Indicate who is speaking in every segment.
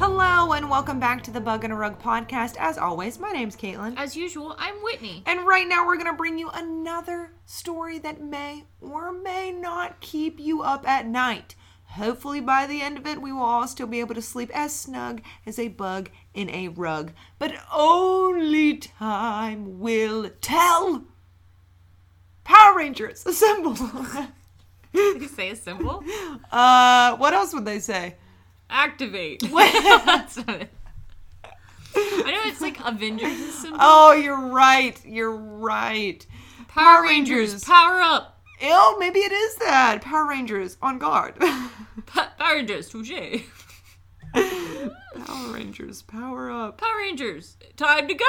Speaker 1: and welcome back to the Bug and a Rug podcast. As always, my name's Caitlin.
Speaker 2: As usual, I'm Whitney.
Speaker 1: And right now, we're going to bring you another story that may or may not keep you up at night. Hopefully, by the end of it, we will all still be able to sleep as snug as a bug in a rug. But only time will tell. Power Rangers, assemble.
Speaker 2: Did you say a symbol?
Speaker 1: uh, what else would they say?
Speaker 2: Activate. That's not it. I know it's like Avengers is symbol.
Speaker 1: Oh, you're right. You're right.
Speaker 2: Uh, Power Rangers,
Speaker 1: Rangers.
Speaker 2: power up.
Speaker 1: Ew, maybe it is that. Power Rangers, on guard.
Speaker 2: Pa- Power Rangers, touche.
Speaker 1: Power Rangers, power up.
Speaker 2: Power Rangers, time to go.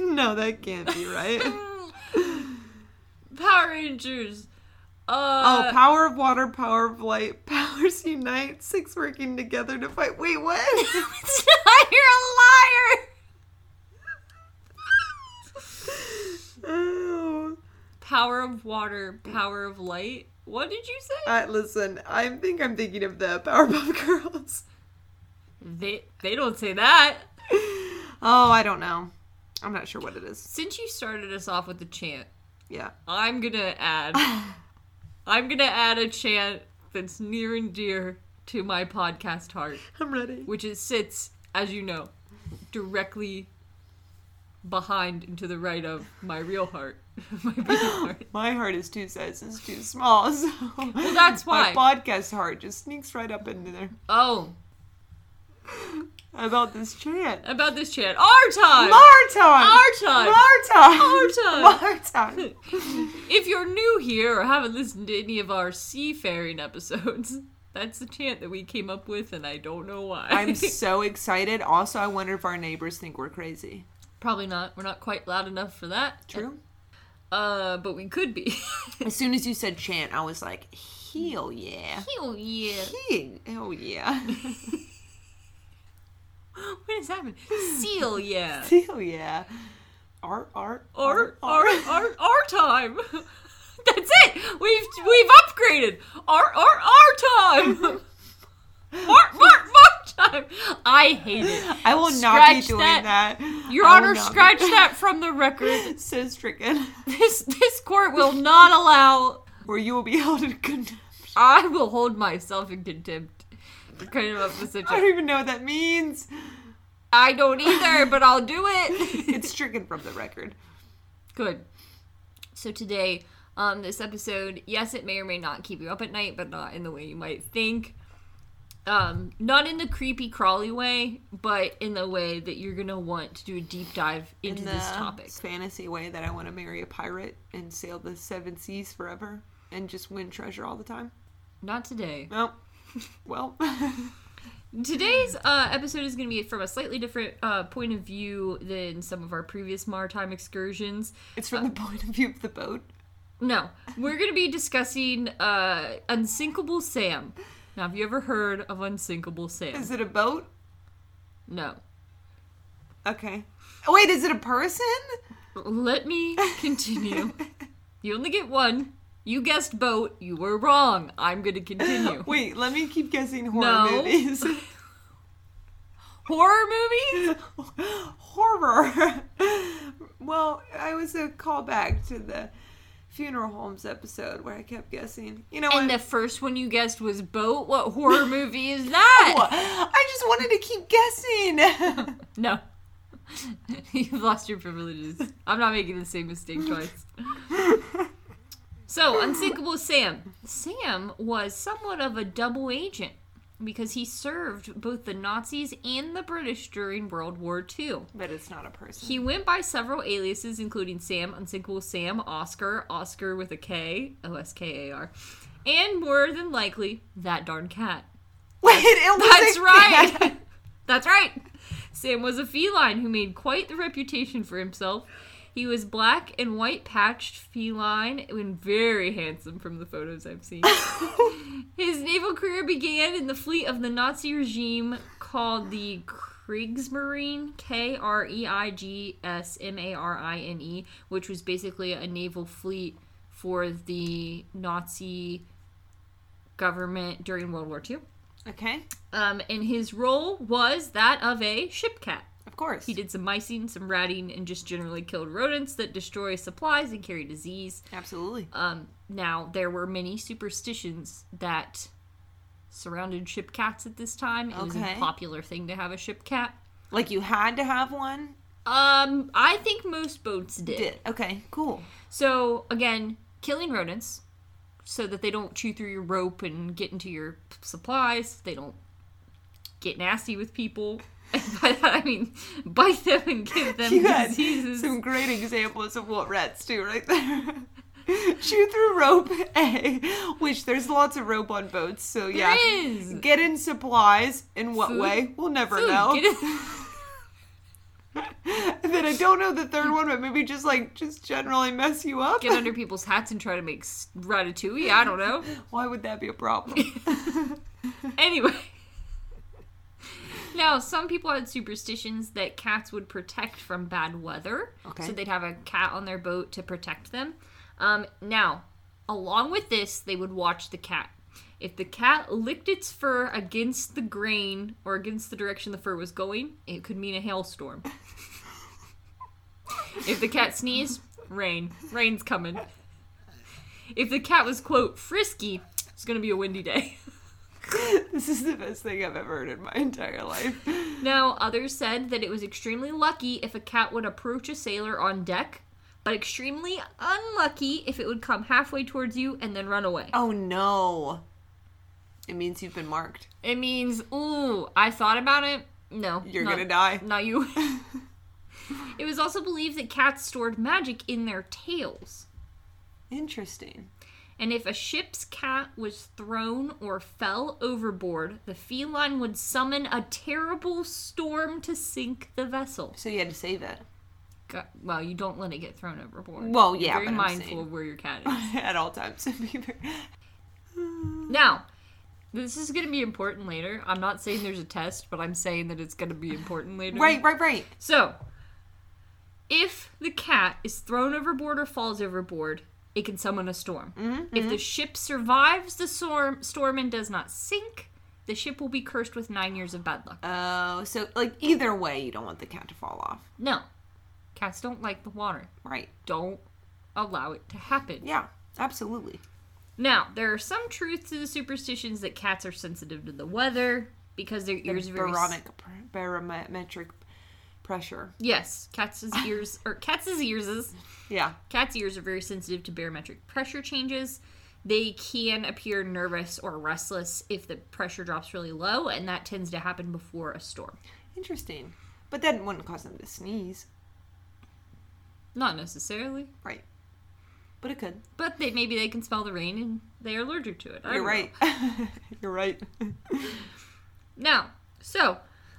Speaker 1: no, that can't be right.
Speaker 2: Power
Speaker 1: oh,
Speaker 2: Rangers. Uh,
Speaker 1: power of water, power of light, powers unite, six working together to fight. Wait, what?
Speaker 2: it's not, you're a liar.
Speaker 1: oh.
Speaker 2: Power of water, power of light. What did you say?
Speaker 1: Uh, listen, I think I'm thinking of the Powerpuff Girls.
Speaker 2: they they don't say that.
Speaker 1: Oh, I don't know. I'm not sure what it is.
Speaker 2: Since you started us off with the chant,
Speaker 1: Yeah.
Speaker 2: I'm gonna add. I'm gonna add a chant that's near and dear to my podcast heart,
Speaker 1: I'm ready.
Speaker 2: which is sits, as you know, directly behind and to the right of my real heart, my beating heart.
Speaker 1: My heart is two sizes too small, so well,
Speaker 2: that's why.
Speaker 1: my podcast heart just sneaks right up into there.
Speaker 2: Oh,
Speaker 1: About this chant.
Speaker 2: about this chant, our time.
Speaker 1: Marton!
Speaker 2: Marton!
Speaker 1: Marton! Marton!
Speaker 2: If you're new here or haven't listened to any of our seafaring episodes, that's the chant that we came up with, and I don't know why.
Speaker 1: I'm so excited. Also, I wonder if our neighbors think we're crazy.
Speaker 2: probably not. We're not quite loud enough for that.
Speaker 1: True.
Speaker 2: Uh, but we could be.
Speaker 1: As soon as you said chant, I was like, hell yeah.
Speaker 2: Hell yeah.
Speaker 1: Hell yeah.
Speaker 2: What is happening? Seal yeah.
Speaker 1: Hell yeah. Art, art,
Speaker 2: Our
Speaker 1: art,
Speaker 2: our
Speaker 1: art.
Speaker 2: our our time. That's it. We've we've upgraded. Our our our time. Our our our time. I hate it.
Speaker 1: I will not be
Speaker 2: Scratch
Speaker 1: doing that.
Speaker 2: that. Your
Speaker 1: I will
Speaker 2: Honor,
Speaker 1: not be-
Speaker 2: scratch that from the record.
Speaker 1: So stricken.
Speaker 2: This this court will not allow.
Speaker 1: Or you will be held in contempt.
Speaker 2: I will hold myself in contempt. for Coming up with such
Speaker 1: I
Speaker 2: a,
Speaker 1: don't even know what that means.
Speaker 2: I don't either, but I'll do it.
Speaker 1: It's stricken from the record.
Speaker 2: Good. So today, um, this episode, yes, it may or may not keep you up at night, but not in the way you might think. Um, not in the creepy crawly way, but in the way that you're gonna want to do a deep dive into
Speaker 1: In
Speaker 2: this
Speaker 1: the
Speaker 2: topic.
Speaker 1: fantasy way that I want to marry a pirate and sail the seven seas forever and just win treasure all the time.
Speaker 2: Not today.
Speaker 1: Well, well,
Speaker 2: Today's uh, episode is going to be from a slightly different uh, point of view than some of our previous maritime excursions.
Speaker 1: it's from the point of view of the boat.
Speaker 2: No, we're going to be discussing uh, Unsinkable Sam. Now, have you ever heard of Unsinkable Sam?
Speaker 1: Is it a boat?
Speaker 2: No.
Speaker 1: Okay. Oh, wait, is it a person?
Speaker 2: Let me continue. you only get one. You guessed boat. You were wrong. I'm going to continue.
Speaker 1: Wait, let me keep guessing horror
Speaker 2: No.
Speaker 1: movies.
Speaker 2: Horror movie?
Speaker 1: horror. well, I was a callback to the funeral homes episode where I kept guessing. You know what?
Speaker 2: And the first one you guessed was boat. What horror movie is that?
Speaker 1: I just wanted to keep guessing.
Speaker 2: No. You've lost your privileges. I'm not making the same mistake twice. So, Unsinkable Sam. Sam was somewhat of a double agent because he served both the Nazis and the British during World War II.
Speaker 1: but it's not a person.
Speaker 2: He went by several aliases, including Sam, Unsinkable Sam, Oscar, Oscar with a K, O S K A R, and more than likely, that darn cat.
Speaker 1: Wait, it was
Speaker 2: That's
Speaker 1: a
Speaker 2: right! That's right! Sam was a feline who made quite the reputation for himself. He was black and white patched feline and very handsome from the photos I've seen. His naval career began in the fleet of the Nazi regime called the Kriegsmarine, K R E I G S M A R I N E, which was basically a naval fleet for the Nazi government during World War II.
Speaker 1: Okay.
Speaker 2: Um, and his role was that of a ship cat.
Speaker 1: Of course.
Speaker 2: He did some micing, some ratting, and just generally killed rodents that destroy supplies and carry disease.
Speaker 1: Absolutely.
Speaker 2: Um, now, there were many superstitions that surrounded ship cats at this time. It was a
Speaker 1: Okay.
Speaker 2: popular thing to have a ship cat.
Speaker 1: Like you had to have one.
Speaker 2: Um, I think most boats did.
Speaker 1: Did okay. Cool.
Speaker 2: So again, killing rodents so that they don't chew through your rope and get into your p- supplies. They don't get nasty with people. And by that I mean bite them and give them
Speaker 1: You had
Speaker 2: diseases.
Speaker 1: some great examples of what rats do right there. Shoot through rope A, which there's lots of rope on boats, so yeah.
Speaker 2: is.
Speaker 1: Get in supplies in what
Speaker 2: Food.
Speaker 1: way? We'll never
Speaker 2: Food,
Speaker 1: know.
Speaker 2: get it-
Speaker 1: and then I don't know the third one, but maybe just like just generally mess you up.
Speaker 2: Get under people's hats and try to make s- ratatouille. I don't know.
Speaker 1: Why would that be a problem?
Speaker 2: Anyway. Now, some people had superstitions that cats would protect from bad weather.
Speaker 1: Okay.
Speaker 2: So they'd have a cat on their boat to protect them. Um, now, along with this, they would watch the cat. If the cat licked its fur against the grain or against the direction the fur was going, it could mean a hailstorm. if the cat sneezed, rain. Rain's coming. If the cat was, quote, frisky, it's going to be a windy day.
Speaker 1: this is the best thing I've ever heard in my entire life.
Speaker 2: Now, others said that it was extremely lucky if a cat would approach a sailor on deck, but extremely unlucky if it would come halfway towards you and then run away.
Speaker 1: Oh no. It means you've been marked.
Speaker 2: It means, ooh, I thought about it. No.
Speaker 1: You're
Speaker 2: not-
Speaker 1: gonna die.
Speaker 2: Not you. it was also believed that cats stored magic in their tails.
Speaker 1: Interesting.
Speaker 2: And if a ship's cat was thrown or fell overboard, the feline would summon a terrible storm to sink the vessel.
Speaker 1: So you had to save it.
Speaker 2: Got, well, you don't let it get thrown overboard.
Speaker 1: Well, yeah, but
Speaker 2: You're very
Speaker 1: I'm
Speaker 2: mindful
Speaker 1: saying-
Speaker 2: of where your cat is.
Speaker 1: At all times.
Speaker 2: now, this is going to be important later. I'm not saying there's a test, but I'm saying that it's going to be important later.
Speaker 1: right, right, right.
Speaker 2: So, if the cat is thrown overboard or falls overboard, it can summon a storm.
Speaker 1: Mm-hmm.
Speaker 2: If the ship survives the storm, storm and does not sink, the ship will be cursed with nine years of bad luck.
Speaker 1: Oh, so like either way, you don't want the cat to fall off.
Speaker 2: No, cats don't like the water.
Speaker 1: Right.
Speaker 2: Don't allow it to happen.
Speaker 1: Yeah, absolutely.
Speaker 2: Now, there are some truths to the superstitions that cats are sensitive to the weather because their ears are very
Speaker 1: Baronic, barometric pressure.
Speaker 2: Yes, cats' ears or cats' ears is
Speaker 1: Yeah.
Speaker 2: cats' ears are very sensitive to barometric pressure changes. They can appear nervous or restless if the pressure drops really low, and that tends to happen before a storm.
Speaker 1: Interesting. But that wouldn't cause them to sneeze.
Speaker 2: Not necessarily,
Speaker 1: Right. But it could.
Speaker 2: but they maybe they can smell the rain and they are allergic to it. I
Speaker 1: You're
Speaker 2: don't know.
Speaker 1: right. You're right.
Speaker 2: Now, so,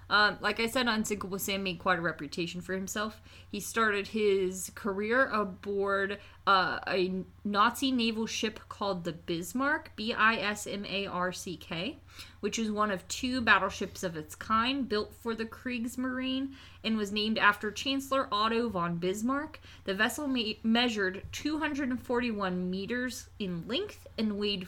Speaker 2: um, like I said, Unsinkable Sam made quite a reputation for himself. He started his career aboard uh, a Nazi naval ship called the Bismarck, B I S M A R C K, which is one of two battleships of its kind built for the Kriegsmarine and was named after Chancellor Otto von Bismarck. The vessel me- measured 241 meters in length and weighed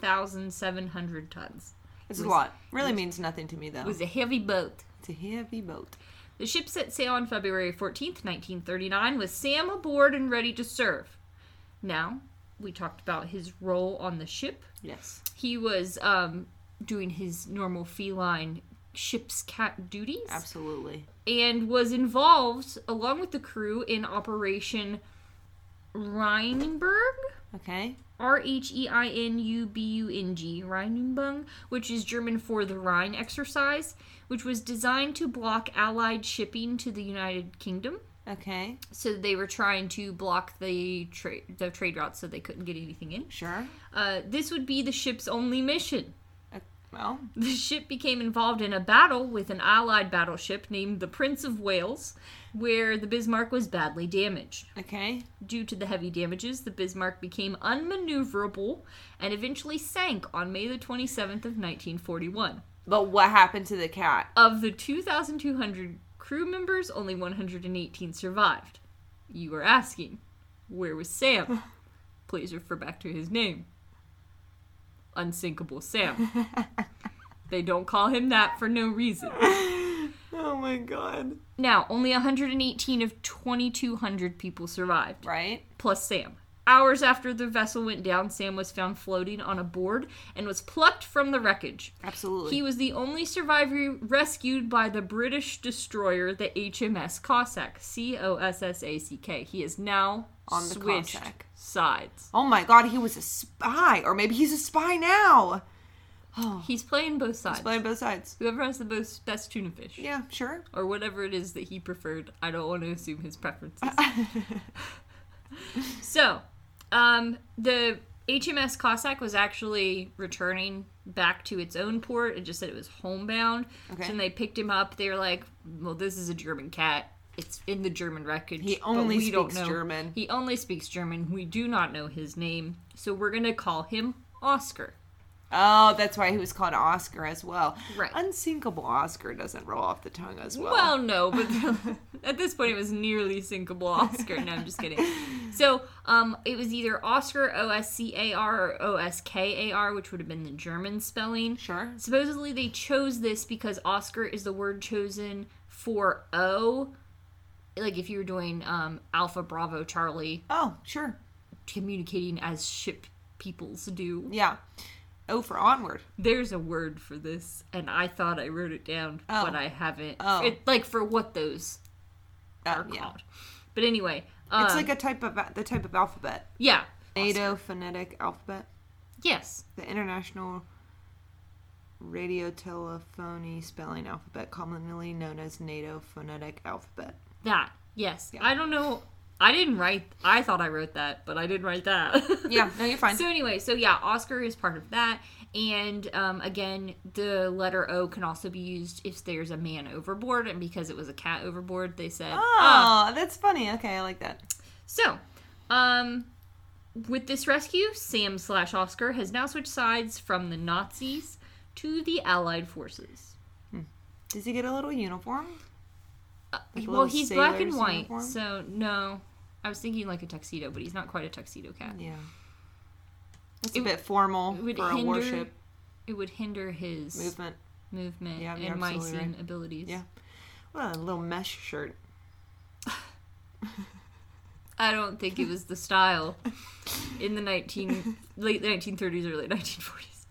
Speaker 2: 41,700 tons.
Speaker 1: It's a lot. Really means nothing to me, though.
Speaker 2: It was a heavy boat.
Speaker 1: It's a heavy boat.
Speaker 2: The ship set sail on February 14th, 1939, with Sam aboard and ready to serve. Now, we talked about his role on the ship.
Speaker 1: Yes.
Speaker 2: He was um, doing his normal feline ship's cat duties
Speaker 1: Absolutely.
Speaker 2: and was involved, along with the crew, in Operation Rheinberg?
Speaker 1: Okay.
Speaker 2: R H E I N U B U N G, Rheinübung, which is German for the Rhine exercise, which was designed to block Allied shipping to the United Kingdom.
Speaker 1: Okay.
Speaker 2: So they were trying to block the trade the trade routes, so they couldn't get anything in.
Speaker 1: Sure.
Speaker 2: Uh, this would be the ship's only mission.
Speaker 1: Uh, well,
Speaker 2: The ship became involved in a battle with an Allied battleship named the Prince of Wales, where the Bismarck was badly damaged.
Speaker 1: okay.
Speaker 2: Due to the heavy damages, the Bismarck became unmaneuverable and eventually sank on May the 27th of 1941.
Speaker 1: But what happened to the cat?
Speaker 2: Of the 2,200 crew members, only 118 survived. You are asking, where was Sam? Please refer back to his name. Unsinkable Sam. they don't call him that for no reason.
Speaker 1: Oh my god.
Speaker 2: Now, only 118 of 2,200 people survived,
Speaker 1: Right?
Speaker 2: plus Sam. Hours after the vessel went down, Sam was found floating on a board and was plucked from the wreckage.
Speaker 1: Absolutely.
Speaker 2: He was the only survivor rescued by the British destroyer, the HMS Cossack. C O S S A C K. He is now
Speaker 1: On the
Speaker 2: switched
Speaker 1: Cossack.
Speaker 2: sides.
Speaker 1: oh my god, he was a spy, or maybe he's a spy now. Oh.
Speaker 2: He's playing both sides.
Speaker 1: Playing both sides.
Speaker 2: Whoever has the most, best tuna fish.
Speaker 1: Yeah, sure.
Speaker 2: Or whatever it is that he preferred. I don't want to assume his preferences. so, um, the HMS Cossack was actually returning back to its own port. It just said it was homebound.
Speaker 1: Okay.
Speaker 2: So then they picked him up. They were like, "Well, this is a German cat. It's in the German wreckage.
Speaker 1: He
Speaker 2: but
Speaker 1: only
Speaker 2: we don't
Speaker 1: speaks
Speaker 2: know-
Speaker 1: German."
Speaker 2: He only speaks German. We do not know his name, so we're gonna call him Oscar."
Speaker 1: Oh, that's why he was called Oscar as well.
Speaker 2: Right.
Speaker 1: Unsinkable Oscar doesn't roll off the tongue as well.
Speaker 2: Well, no, but at this point it was nearly sinkable Oscar. No, I'm just kidding. So, um, it was either Oscar O S C A R or O S K A R, which would have been the German spelling.
Speaker 1: Sure.
Speaker 2: Supposedly they chose this because Oscar is the word chosen for O. Like if you were doing um, Alpha Bravo Charlie,
Speaker 1: Oh, sure.
Speaker 2: communicating as ship peoples do.
Speaker 1: Yeah. Oh, for onward.
Speaker 2: There's a word for this, and I thought I wrote it down,
Speaker 1: Oh.
Speaker 2: but I haven't.
Speaker 1: Oh.
Speaker 2: It, like for what those
Speaker 1: Oh,
Speaker 2: are
Speaker 1: yeah.
Speaker 2: called. But anyway, um,
Speaker 1: It's like a type of the type of alphabet.
Speaker 2: yeah,
Speaker 1: NATO phonetic alphabet.
Speaker 2: yes,
Speaker 1: The International Radiotelephony Spelling Alphabet, commonly known as NATO phonetic alphabet.
Speaker 2: that yes.
Speaker 1: Yeah.
Speaker 2: I don't know. I didn't write. I thought I wrote that, but I didn't write that.
Speaker 1: Yeah, no, you're fine.
Speaker 2: So anyway, so yeah, Oscar is part of that, and um, again, the letter O can also be used if there's a man overboard, and because it was a cat overboard, they said "Ah,
Speaker 1: Oh, that's funny. Okay, I like that.
Speaker 2: So, um, with this rescue, Sam slash Oscar has now switched sides from the Nazis to the Allied forces.
Speaker 1: Does he get a little uniform?
Speaker 2: Uh,
Speaker 1: Like a
Speaker 2: well,
Speaker 1: little
Speaker 2: he's black and
Speaker 1: sailor's
Speaker 2: white,
Speaker 1: uniform?
Speaker 2: so no. I was thinking like a tuxedo, but he's not quite a tuxedo cat.
Speaker 1: Yeah. It's
Speaker 2: It-
Speaker 1: a bit formal
Speaker 2: It would
Speaker 1: for
Speaker 2: hinder.
Speaker 1: a warship
Speaker 2: It would hinder his
Speaker 1: movement.
Speaker 2: movement
Speaker 1: Yeah, you're
Speaker 2: and my
Speaker 1: absolutely
Speaker 2: scene abilities.
Speaker 1: Yeah. Well, a little mesh shirt.
Speaker 2: I don't think it was the style in the 19 late 1930s or late 1940s.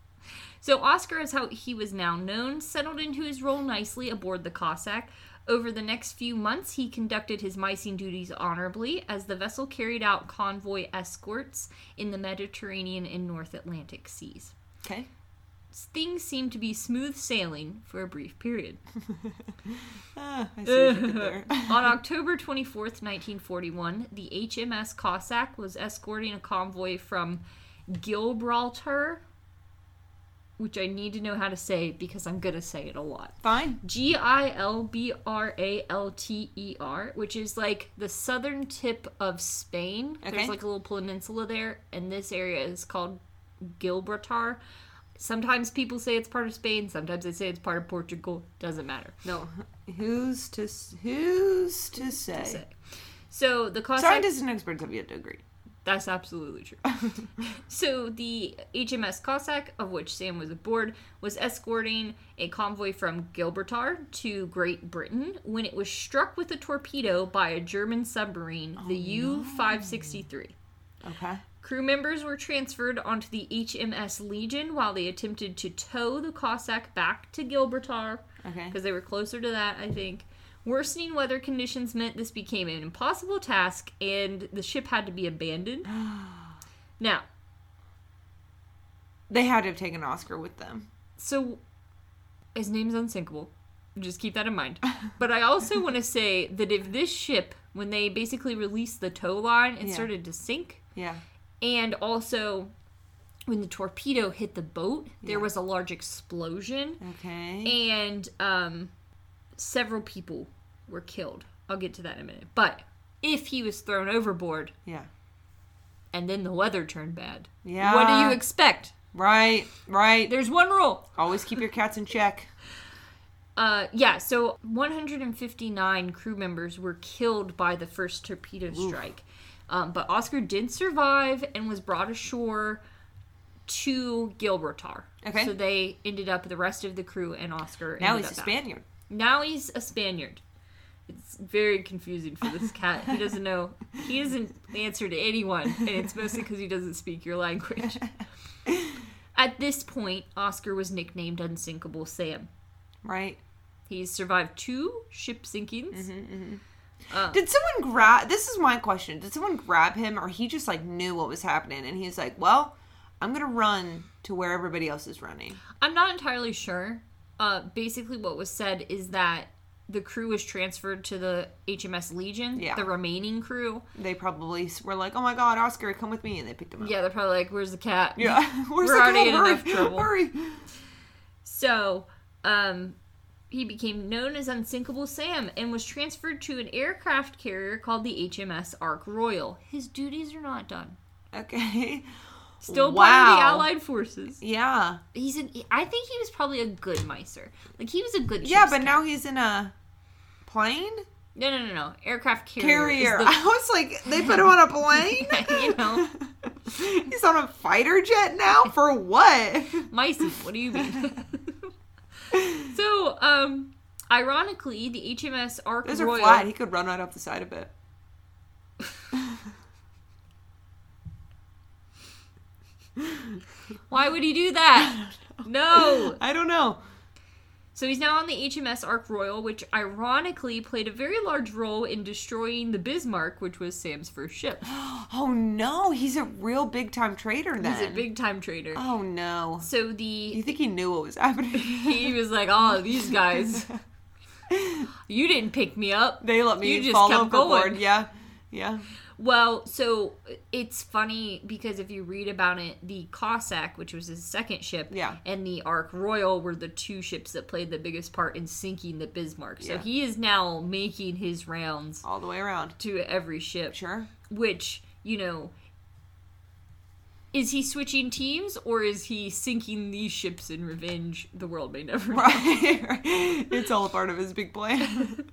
Speaker 2: So Oscar is how he was now known, settled into his role nicely aboard the Cossack. Over the next few months, he conducted his Mycene duties honorably as the vessel carried out convoy escorts in the Mediterranean and North Atlantic seas.
Speaker 1: Okay.
Speaker 2: Things seemed to be smooth sailing for a brief period.
Speaker 1: Ah, I see what you did there.
Speaker 2: On October 24th, 1941, the HMS Cossack was escorting a convoy from Gibraltar, which I need to know how to say because I'm going to say it a lot.
Speaker 1: Fine.
Speaker 2: G I L B R A L T E R, which is like the southern tip of Spain.
Speaker 1: Okay.
Speaker 2: There's like a little peninsula there, and this area is called Gibraltar. Sometimes people say it's part of Spain, sometimes they say it's part of Portugal. Doesn't matter.
Speaker 1: No, who's to s- who's to say?
Speaker 2: say. So the Cossack.
Speaker 1: Scientists and experts have yet to agree.
Speaker 2: That's absolutely true. so the HMS Cossack, of which Sam was aboard, was escorting a convoy from Gibraltar to Great Britain when it was struck with a torpedo by a German submarine, the U-563.
Speaker 1: Okay.
Speaker 2: Crew members were transferred onto the HMS Legion while they attempted to tow the Cossack back to Gibraltar
Speaker 1: Okay.
Speaker 2: because they were closer to that, I think. Worsening weather conditions meant this became an impossible task and the ship had to be abandoned. now,
Speaker 1: They had to have taken Oscar with them.
Speaker 2: so his name's unsinkable. Just keep that in mind. But I also want to say that if this ship, when they basically released the tow line, it
Speaker 1: Yeah.
Speaker 2: started to sink.
Speaker 1: Yeah.
Speaker 2: And also, when the torpedo hit the boat, there
Speaker 1: Yeah.
Speaker 2: was a large explosion.
Speaker 1: Okay.
Speaker 2: and um, several people were killed. I'll get to that in a minute. But if he was thrown overboard
Speaker 1: yeah.
Speaker 2: and then the weather turned bad,
Speaker 1: Yeah.
Speaker 2: what do you expect?
Speaker 1: Right. Right.
Speaker 2: There's one rule.
Speaker 1: Always keep your cats in check.
Speaker 2: Uh, yeah, so 159 crew members were killed by the first torpedo strike. Um, but Oscar did survive and was brought ashore to Gilbertar.
Speaker 1: Okay.
Speaker 2: So they ended up the rest of the crew and Oscar.
Speaker 1: Now
Speaker 2: ended
Speaker 1: he's a
Speaker 2: up back.
Speaker 1: Spaniard.
Speaker 2: Now he's a Spaniard. It's very confusing for this cat. He doesn't know. He doesn't answer to anyone, and it's mostly because he doesn't speak your language. At this point, Oscar was nicknamed Unsinkable Sam.
Speaker 1: Right.
Speaker 2: He's survived two ship
Speaker 1: Mm-hmm.
Speaker 2: sinkings. Mm-hmm.
Speaker 1: Did someone grab? This is my question. Did someone grab him, or he just like knew what was happening, and he's like, "Well, I'm gonna run to where everybody else is running."
Speaker 2: I'm not entirely sure. Uh, basically, what was said is that the crew was transferred to the HMS Legion,
Speaker 1: Yeah.
Speaker 2: the remaining crew.
Speaker 1: They probably s- were like, "Oh my God, Oscar, come with me!" and they picked him up.
Speaker 2: Yeah, they're probably like, "Where's the cat?"
Speaker 1: Yeah. Where's
Speaker 2: We're
Speaker 1: the
Speaker 2: already
Speaker 1: cat?
Speaker 2: in
Speaker 1: "Oh, Hurry,
Speaker 2: enough trouble.
Speaker 1: Hurry.
Speaker 2: So, um, he became known as Unsinkable Sam and was transferred to an aircraft carrier called the HMS Ark Royal. His duties are not done.
Speaker 1: Okay.
Speaker 2: Still part of the
Speaker 1: Wow.
Speaker 2: Allied forces.
Speaker 1: Yeah.
Speaker 2: He's an. I think he was probably a good micer. Like he was a good.
Speaker 1: Yeah,
Speaker 2: ship's
Speaker 1: but
Speaker 2: ca-
Speaker 1: now he's in a plane
Speaker 2: no, no, no, no. Aircraft carrier. is
Speaker 1: carrier.
Speaker 2: the-
Speaker 1: I was like, they put him on a plane.
Speaker 2: you know,
Speaker 1: he's on a fighter jet now for what?
Speaker 2: micey. What do you mean? so, um, ironically, the HMS Ark
Speaker 1: Those
Speaker 2: Royal.
Speaker 1: are flat. He could run right up the side of it.
Speaker 2: Why would he do that? no.
Speaker 1: I don't know.
Speaker 2: So he's now on the HMS Ark Royal, which ironically played a very large role in destroying the Bismarck, which was Sam's first ship.
Speaker 1: Oh no, he's a real big time trader then.
Speaker 2: He's a big time trader.
Speaker 1: Oh no.
Speaker 2: So
Speaker 1: You
Speaker 2: the
Speaker 1: think he knew what was happening?
Speaker 2: he was like, "Oh, these guys, you didn't pick me up."
Speaker 1: they let me
Speaker 2: You just
Speaker 1: fall
Speaker 2: kept
Speaker 1: overboard.
Speaker 2: going.
Speaker 1: Yeah. Yeah.
Speaker 2: Well, so it's funny because if you read about it, the Cossack, which was his second ship,
Speaker 1: Yeah.
Speaker 2: and the Ark Royal were the two ships that played the biggest part in sinking the Bismarck. So
Speaker 1: Yeah.
Speaker 2: he is now making his rounds
Speaker 1: All the way around.
Speaker 2: to every ship.
Speaker 1: Sure.
Speaker 2: which you know is he switching teams or is he sinking these ships in revenge the world may never know
Speaker 1: Right. it's all a part of his big plan.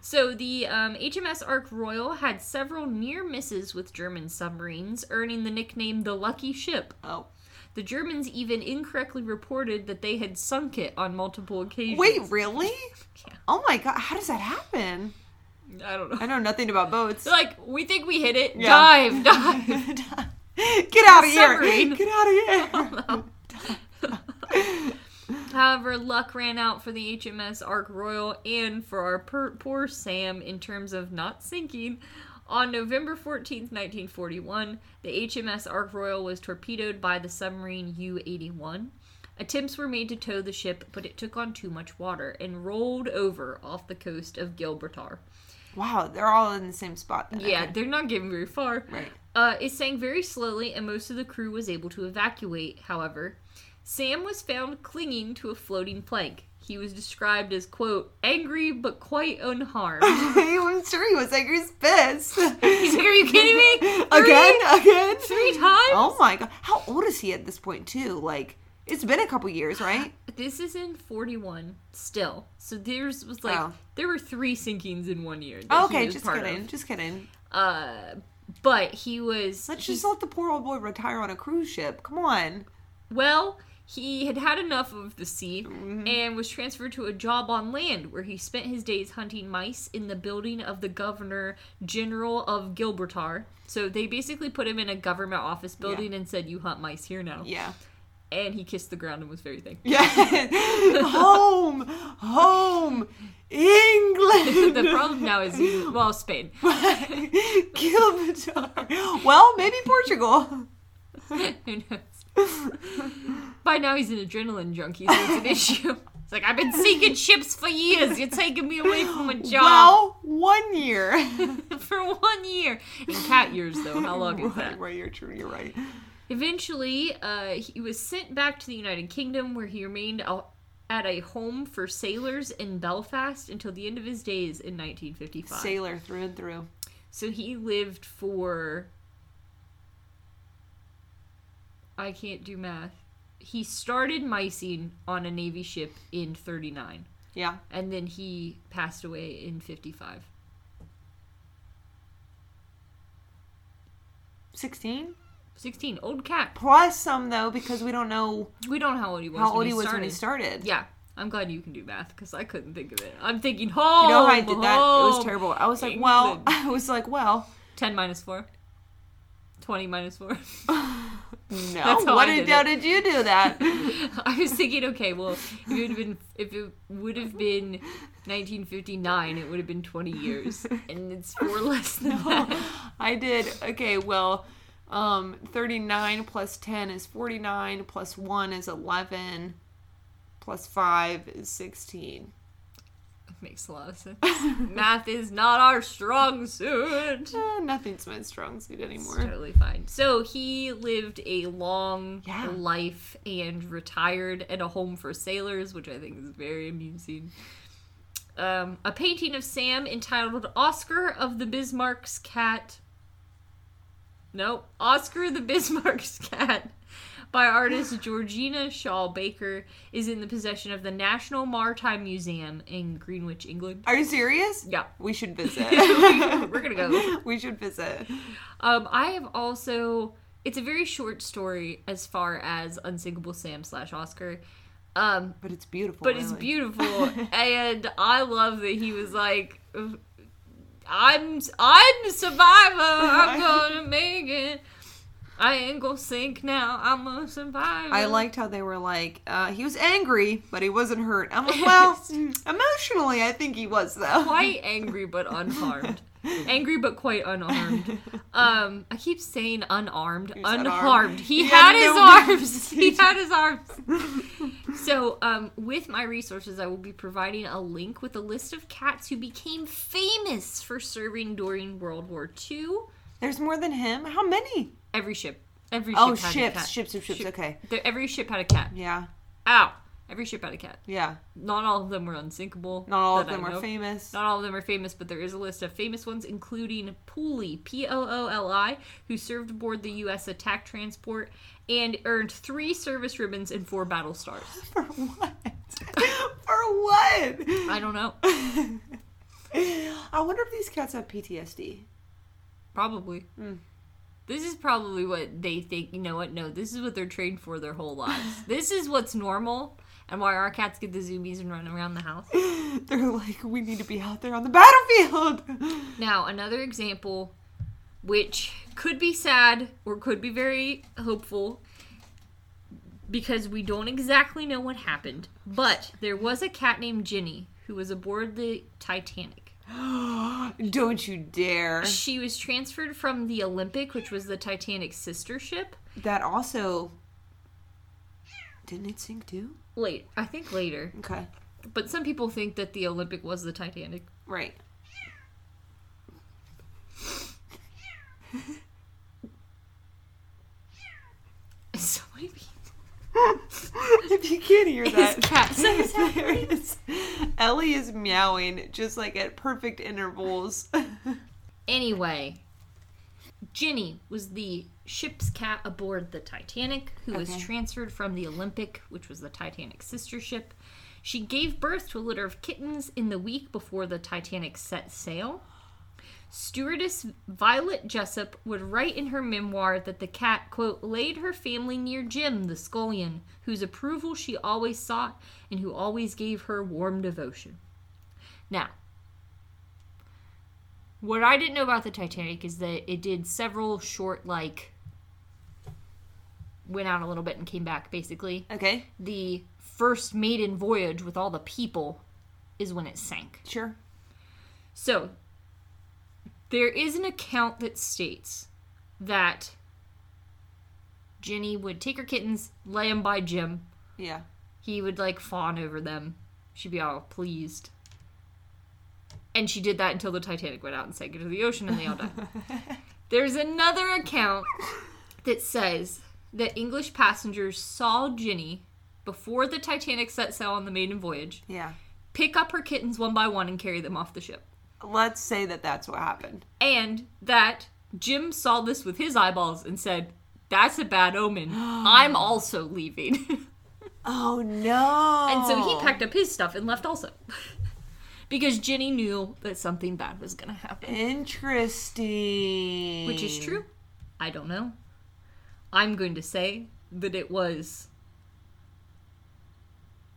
Speaker 2: so the um, hms ark royal had several near misses with german submarines earning the nickname the lucky ship
Speaker 1: Oh.
Speaker 2: the germans even incorrectly reported that they had sunk it on multiple occasions
Speaker 1: Wait, really?
Speaker 2: Yeah.
Speaker 1: Oh my god, how does that happen?
Speaker 2: i don't know
Speaker 1: I know nothing about boats.
Speaker 2: They're like we think we hit it
Speaker 1: Yeah.
Speaker 2: dive dive
Speaker 1: Get out of here.
Speaker 2: Submarine. Oh,
Speaker 1: Get out of here.
Speaker 2: However, luck ran out for the HMS Ark Royal and for our per- poor Sam in terms of not sinking. On November 14th, 1941, the HMS Ark Royal was torpedoed by the submarine U 81. Attempts were made to tow the ship, but it took on too much water and rolled over off the coast of Gibraltar.
Speaker 1: Wow, they're all in the same spot then.
Speaker 2: Yeah, they're not getting very far.
Speaker 1: Right.
Speaker 2: Uh, it sank very slowly, and most of the crew was able to evacuate. However, Sam was found clinging to a floating plank. He was described as quote angry but quite unharmed. He's
Speaker 1: I'm sure he was angry as pissed. Again?
Speaker 2: like, Are you kidding me? Three-
Speaker 1: Again?
Speaker 2: three times.
Speaker 1: Oh my god. How old is he at this point too? Like it's been a couple years, right?
Speaker 2: This is in forty one still. So there's was like
Speaker 1: Oh.
Speaker 2: there were three sinkings in one year. That he
Speaker 1: Okay,
Speaker 2: was
Speaker 1: just
Speaker 2: part
Speaker 1: kidding.
Speaker 2: Of.
Speaker 1: Just kidding.
Speaker 2: Uh, but he was
Speaker 1: Let's
Speaker 2: he-
Speaker 1: just let the poor old boy retire on a cruise ship. Come on.
Speaker 2: Well, he had had enough of the sea
Speaker 1: Mm-hmm.
Speaker 2: and was transferred to a job on land where he spent his days hunting mice in the building of the governor general of Gilbertar. So they basically put him in a government office building and said, You hunt mice here now.
Speaker 1: Yeah.
Speaker 2: And he kissed the ground and was very thankful.
Speaker 1: Yeah. home. Home. England.
Speaker 2: the problem now is, he- well, Spain.
Speaker 1: Gilbertar. Well, maybe Portugal.
Speaker 2: Who knows? By now, he's an adrenaline junkie, so it's an issue. It's like, I've been sinking ships for years. You're taking me away from a job.
Speaker 1: Well, one year.
Speaker 2: for one year. In cat years, though, how long is that?
Speaker 1: right, right, you're true. You're right.
Speaker 2: Eventually, uh, he was sent back to the United Kingdom, where he remained a- at a home for sailors in Belfast until the end of his days in 1955.
Speaker 1: Sailor through and through.
Speaker 2: so he lived for. I can't do math. He started micing on a Navy ship in 39,
Speaker 1: Yeah.
Speaker 2: and then he passed away in 55.
Speaker 1: 16?
Speaker 2: 16. Old cat.
Speaker 1: Plus some though, because we don't know
Speaker 2: We don't know how old he was.
Speaker 1: how
Speaker 2: when
Speaker 1: old
Speaker 2: he
Speaker 1: he was
Speaker 2: started.
Speaker 1: when he started.
Speaker 2: Yeah. I'm glad you can do math because I couldn't think of it. I'm thinking, home.
Speaker 1: You know how I did that? It was
Speaker 2: home.
Speaker 1: terrible. I was like, well,
Speaker 2: Oh, England.
Speaker 1: I was like, well,
Speaker 2: 10 minus 4. 20 minus 4.
Speaker 1: no.
Speaker 2: That's how
Speaker 1: What
Speaker 2: I
Speaker 1: did,
Speaker 2: did
Speaker 1: how
Speaker 2: it.
Speaker 1: did you do that?
Speaker 2: I was thinking, okay, well, if it would have been, if it would have been 1959, it would have been 20 years, and it's four less than that.
Speaker 1: I did. Okay, well, um, 39 plus 10 is 49, plus 1 is 11, plus 5 is 16.
Speaker 2: Makes a lot of sense. Math is not our strong suit.
Speaker 1: Uh, nothing's my strong suit
Speaker 2: It's
Speaker 1: anymore.
Speaker 2: totally fine. So he lived a long
Speaker 1: Yeah.
Speaker 2: life and retired at a home for sailors, which I think is very amusing. Um, a painting of Sam entitled Oscar of the Bismarck's Cat. Nope. Oscar the Bismarck's Cat by artist Georgina Shaw Baker is in the possession of the National Maritime Museum in Greenwich, England.
Speaker 1: Are you serious?
Speaker 2: Yeah.
Speaker 1: We should
Speaker 2: We're
Speaker 1: visit.
Speaker 2: going to go.
Speaker 1: we should visit.
Speaker 2: Um, I have also. It's a very short story as far as Unsinkable Sam slash Oscar, um,
Speaker 1: But it's beautiful.
Speaker 2: but
Speaker 1: I
Speaker 2: it's
Speaker 1: like-
Speaker 2: beautiful, and I love that he was like, "I'm I'm a survivor. I'm gonna make it. I ain't gonna sink now. I'm a survivor."
Speaker 1: I liked how they were like, uh, he was angry, but he wasn't hurt. I'm like, well, mm, emotionally, I think he was, though.
Speaker 2: quite angry but unharmed. Angry but quite unarmed. Um, I keep saying unarmed,
Speaker 1: He's
Speaker 2: unharmed.
Speaker 1: unarmed.
Speaker 2: He,
Speaker 1: He
Speaker 2: had,
Speaker 1: had no-
Speaker 2: his arms. He had his arms. So, um, with my resources, I will be providing a link with a list of cats who became famous for serving during World War II.
Speaker 1: There's more than him. How many?
Speaker 2: Every ship, every ship
Speaker 1: Oh,
Speaker 2: had a
Speaker 1: ships,
Speaker 2: cat.
Speaker 1: ships, ships, ships.
Speaker 2: Ship-
Speaker 1: Okay.
Speaker 2: There- Every ship had a cat.
Speaker 1: Yeah.
Speaker 2: Ow! Every ship had a cat.
Speaker 1: Yeah.
Speaker 2: Not all of them were unsinkable.
Speaker 1: Not all of
Speaker 2: that I
Speaker 1: them are
Speaker 2: know.
Speaker 1: famous.
Speaker 2: Not all of them are famous, but there is a list of famous ones, including Pooley, P O O L I, who served aboard the U.S. attack transport and earned three service ribbons and four battle stars.
Speaker 1: For what? For what?
Speaker 2: I don't know.
Speaker 1: I wonder if these cats have PTSD.
Speaker 2: Probably. This is probably what they think. You know what? No, this is what they're trained for their whole lives. this is what's normal and why our cats get the zoomies and run around the house.
Speaker 1: They're like, we need to be out there on the battlefield.
Speaker 2: Now, another example, which could be sad or could be very hopeful because we don't exactly know what happened, but there was a cat named Ginny who was aboard the Titanic.
Speaker 1: Don't you dare.
Speaker 2: She was transferred from the Olympic, which was the Titanic's sister ship.
Speaker 1: That also. Didn't it sink too?
Speaker 2: Late, I think later.
Speaker 1: Okay.
Speaker 2: But some people think that the Olympic was the Titanic.
Speaker 1: Right.
Speaker 2: So maybe
Speaker 1: if you can't hear
Speaker 2: his
Speaker 1: that.
Speaker 2: cat. So is that-
Speaker 1: There it is. Ellie is meowing just like at perfect intervals.
Speaker 2: Anyway, Ginny was the ship's cat aboard the Titanic, who was
Speaker 1: Okay.
Speaker 2: transferred from the Olympic, which was the Titanic's sister ship. She gave birth to a litter of kittens in the week before the Titanic set sail. Stewardess Violet Jessup would write in her memoir that the cat, quote, laid her family near Jim, the scullion, whose approval she always sought and who always gave her warm devotion. Now, what I didn't know about the Titanic is that it did several short, like, went out a little bit and came back, basically.
Speaker 1: okay,
Speaker 2: The first maiden voyage with all the people is when it sank.
Speaker 1: sure.
Speaker 2: So, there is an account that states that Jenny would take her kittens, lay them by Jim.
Speaker 1: Yeah.
Speaker 2: He would, like, fawn over them. She'd be all pleased. And she did that until the Titanic went out and sank into the ocean and they all died. There's another account that says that English passengers saw Ginny before the Titanic set sail on the maiden voyage
Speaker 1: Yeah.
Speaker 2: pick up her kittens one by one and carry them off the ship.
Speaker 1: Let's say that that's what happened.
Speaker 2: And that Jim saw this with his eyeballs and said, That's a bad omen. I'm also leaving.
Speaker 1: Oh no.
Speaker 2: and so he packed up his stuff and left also. because Ginny knew that something bad was going to happen.
Speaker 1: Interesting.
Speaker 2: Which is true. I don't know. I'm going to say that it was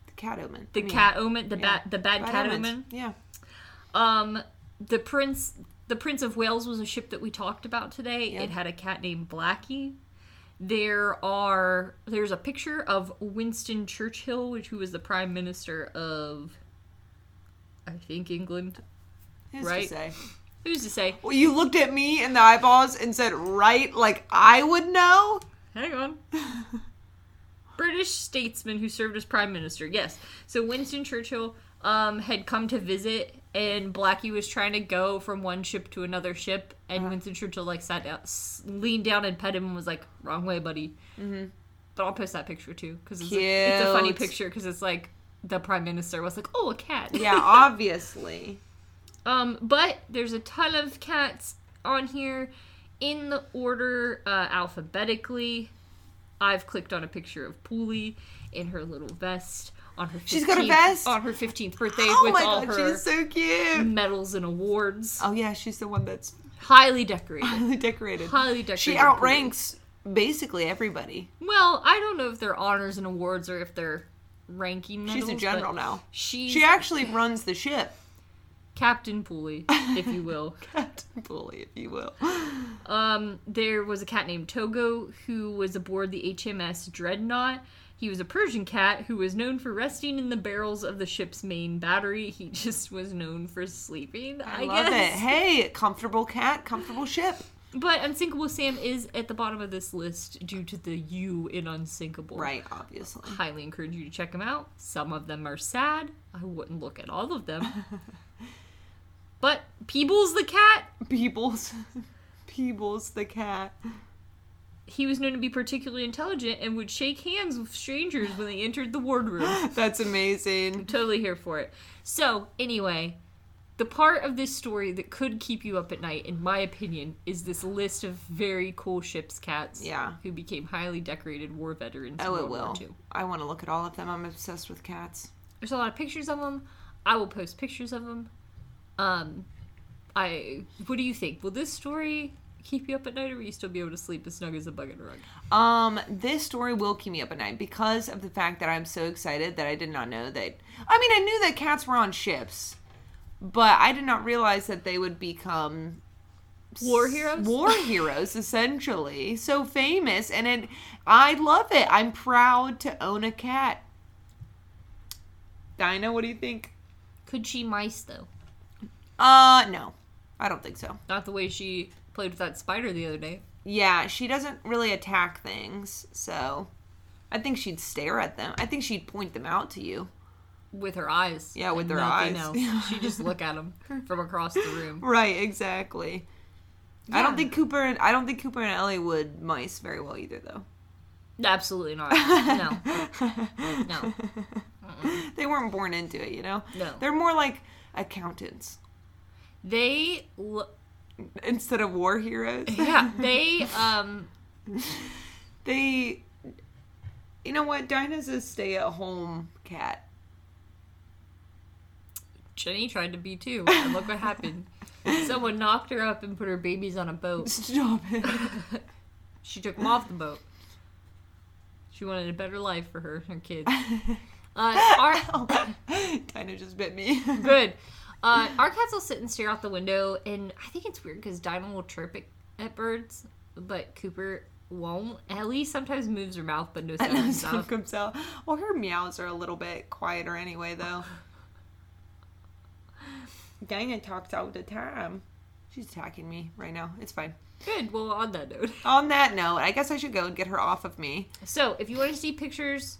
Speaker 1: The cat omen.
Speaker 2: the
Speaker 1: I mean,
Speaker 2: cat omen, the
Speaker 1: yeah.
Speaker 2: bat, the bad,
Speaker 1: bad
Speaker 2: cat
Speaker 1: omens.
Speaker 2: omen.
Speaker 1: Yeah.
Speaker 2: Um, the prince, the Prince of Wales was a ship that we talked about today.
Speaker 1: Yeah.
Speaker 2: It had a cat named Blackie. There are there's a picture of Winston Churchill, which who was the prime minister of, I think England.
Speaker 1: Who's
Speaker 2: Right.
Speaker 1: to say?
Speaker 2: Who's to say?
Speaker 1: Well, you looked at me in the eyeballs and said, right, like I would know?
Speaker 2: Hang on. British statesman who served as prime minister. Yes. So Winston Churchill um, had come to visit, and Blackie was trying to go from one ship to another ship, and Winston Churchill like sat down, s- leaned down, and pet him, and was like, "Wrong way, buddy." Mm-hmm. But I'll post that picture too because it's, a- it's a funny
Speaker 1: Cute.
Speaker 2: picture because it's like the prime minister was like, "Oh, a cat."
Speaker 1: Yeah, obviously.
Speaker 2: Um, but there's a ton of cats on here in the order uh, alphabetically. I've clicked on a picture of Pooley in her little vest on her. 15th,
Speaker 1: She's got a vest?
Speaker 2: on her 15th birthday
Speaker 1: oh
Speaker 2: with
Speaker 1: my
Speaker 2: all
Speaker 1: god,
Speaker 2: her
Speaker 1: she's so cute.
Speaker 2: medals and awards.
Speaker 1: Oh yeah, she's the one that's
Speaker 2: Highly decorated.
Speaker 1: highly decorated.
Speaker 2: Highly decorated.
Speaker 1: She
Speaker 2: Pooley.
Speaker 1: outranks basically everybody.
Speaker 2: Well, I don't know if they're honors and awards or if they're ranking. Medals,
Speaker 1: She's a general
Speaker 2: but
Speaker 1: now.
Speaker 2: She's
Speaker 1: She actually runs the ship.
Speaker 2: Captain Pooley, if you will.
Speaker 1: Captain Bully, if you will.
Speaker 2: Um, there was a cat named Togo who was aboard the HMS Dreadnought. He was a Persian cat who was known for resting in the barrels of the ship's main battery. He just was known for sleeping, I,
Speaker 1: I, love
Speaker 2: guess.
Speaker 1: it. Hey, comfortable cat, comfortable ship.
Speaker 2: But Unsinkable Sam is at the bottom of this list due to the U in Unsinkable.
Speaker 1: Right, obviously.
Speaker 2: Highly encourage you to check them out. Some of them are sad. I wouldn't look at all of them. but Peebles the cat
Speaker 1: Peebles. Peebles the cat.
Speaker 2: he was known to be particularly intelligent and would shake hands with strangers when they entered the wardroom.
Speaker 1: That's amazing.
Speaker 2: totally here for it. So, anyway, the part of this story that could keep you up at night, in my opinion, is this list of very cool ship's cats
Speaker 1: Yeah.
Speaker 2: who became highly decorated war veterans. in
Speaker 1: Oh, it
Speaker 2: World War
Speaker 1: will.
Speaker 2: II.
Speaker 1: I want to look at all of them. I'm obsessed with cats.
Speaker 2: There's a lot of pictures of them. I will post pictures of them. Um, I. What do you think? Will this story keep you up at night, or will you still be able to sleep as snug as a bug in a rug?
Speaker 1: Um, this story will keep me up at night because of the fact that I'm so excited that I did not know that. I mean, I knew that cats were on ships, but I did not realize that they would become
Speaker 2: War heroes?
Speaker 1: War heroes, essentially. So famous, and it, I love it. I'm proud to own a cat. Dinah, what do you think?
Speaker 2: Could she mice though?
Speaker 1: Uh, no, I don't think so.
Speaker 2: Not the way she played with that spider the other day.
Speaker 1: Yeah, she doesn't really attack things, so I think she'd stare at them. I think she'd point them out to you.
Speaker 2: with her eyes.
Speaker 1: Yeah, with
Speaker 2: and
Speaker 1: her
Speaker 2: nothing
Speaker 1: eyes.
Speaker 2: else. She just look at him from across the room.
Speaker 1: Right, exactly. I
Speaker 2: Yeah.
Speaker 1: don't think Cooper and I don't think Cooper and Ellie would mice very well either, though.
Speaker 2: Absolutely not. No, no.
Speaker 1: They weren't born into it, you know.
Speaker 2: No.
Speaker 1: They're more like accountants
Speaker 2: They lo-
Speaker 1: instead of war heroes.
Speaker 2: yeah, they um
Speaker 1: they, you know what? Dinah's a stay-at-home cat.
Speaker 2: Jenny tried to be too. And look what happened. Someone knocked her up and put her babies on a boat.
Speaker 1: Stop it.
Speaker 2: She took them off the boat. She wanted a better life for her and her kids. Uh,
Speaker 1: Oh,
Speaker 2: our,
Speaker 1: Dinah just bit me.
Speaker 2: good. Uh, our cats will sit and stare out the window, and I think it's weird because Diamond will chirp at, at birds, but Cooper won't. Ellie sometimes moves her mouth, but no sound
Speaker 1: And
Speaker 2: comes
Speaker 1: so
Speaker 2: out.
Speaker 1: comes out. Well, her meows are a little bit quieter anyway, though. Dinah talks all the time. She's attacking me right now. It's fine.
Speaker 2: Good. Well, on that note,
Speaker 1: On that note, I guess I should go and get her off of me.
Speaker 2: so if you want to see pictures,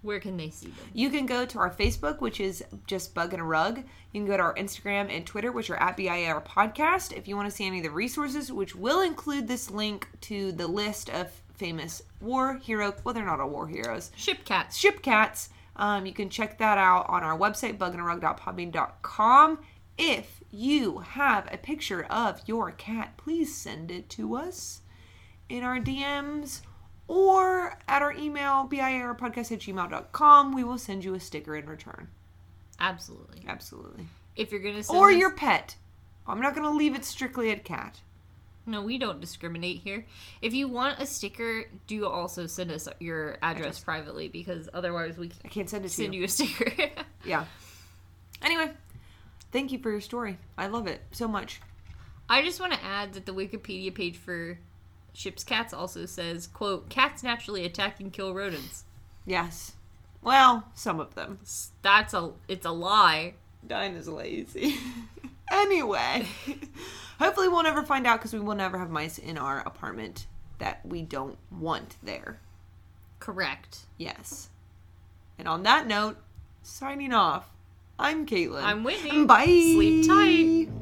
Speaker 2: where can they see them?
Speaker 1: You can go to our Facebook, which is just Bug and a Rug. You can go to our Instagram and Twitter, which are at BIR Podcast. If you want to see any of the resources, which will include this link to the list of famous war hero. Well, they're not all war heroes.
Speaker 2: Ship cats.
Speaker 1: Ship Cats. Um, you can check that out on our website, bugandarug.podbean.com. If you have a picture of your cat, please send it to us in our DMs or at our email, birpodcast at gmail.com. We will send you a sticker in return.
Speaker 2: Absolutely.
Speaker 1: Absolutely.
Speaker 2: If you're gonna send
Speaker 1: Or
Speaker 2: us-
Speaker 1: your pet. I'm not going to leave it strictly at cat.
Speaker 2: No, we don't discriminate here. If you want a sticker, do also send us your address, privately because otherwise we
Speaker 1: I
Speaker 2: can't
Speaker 1: can't send it to
Speaker 2: send
Speaker 1: you.
Speaker 2: you a sticker.
Speaker 1: Yeah. Anyway, thank you for your story. I love it so much.
Speaker 2: I just want to add that the Wikipedia page for Ships Cats also says, quote, cats naturally attack and kill rodents.
Speaker 1: Yes. Well, some of them.
Speaker 2: S- That's a it's a lie.
Speaker 1: Dinah's lazy. anyway, hopefully we'll never find out because we will never have mice in our apartment that we don't want there.
Speaker 2: Correct.
Speaker 1: Yes. And on that note, signing off. I'm Caitlin.
Speaker 2: I'm Whitney.
Speaker 1: Bye.
Speaker 2: Sleep tight.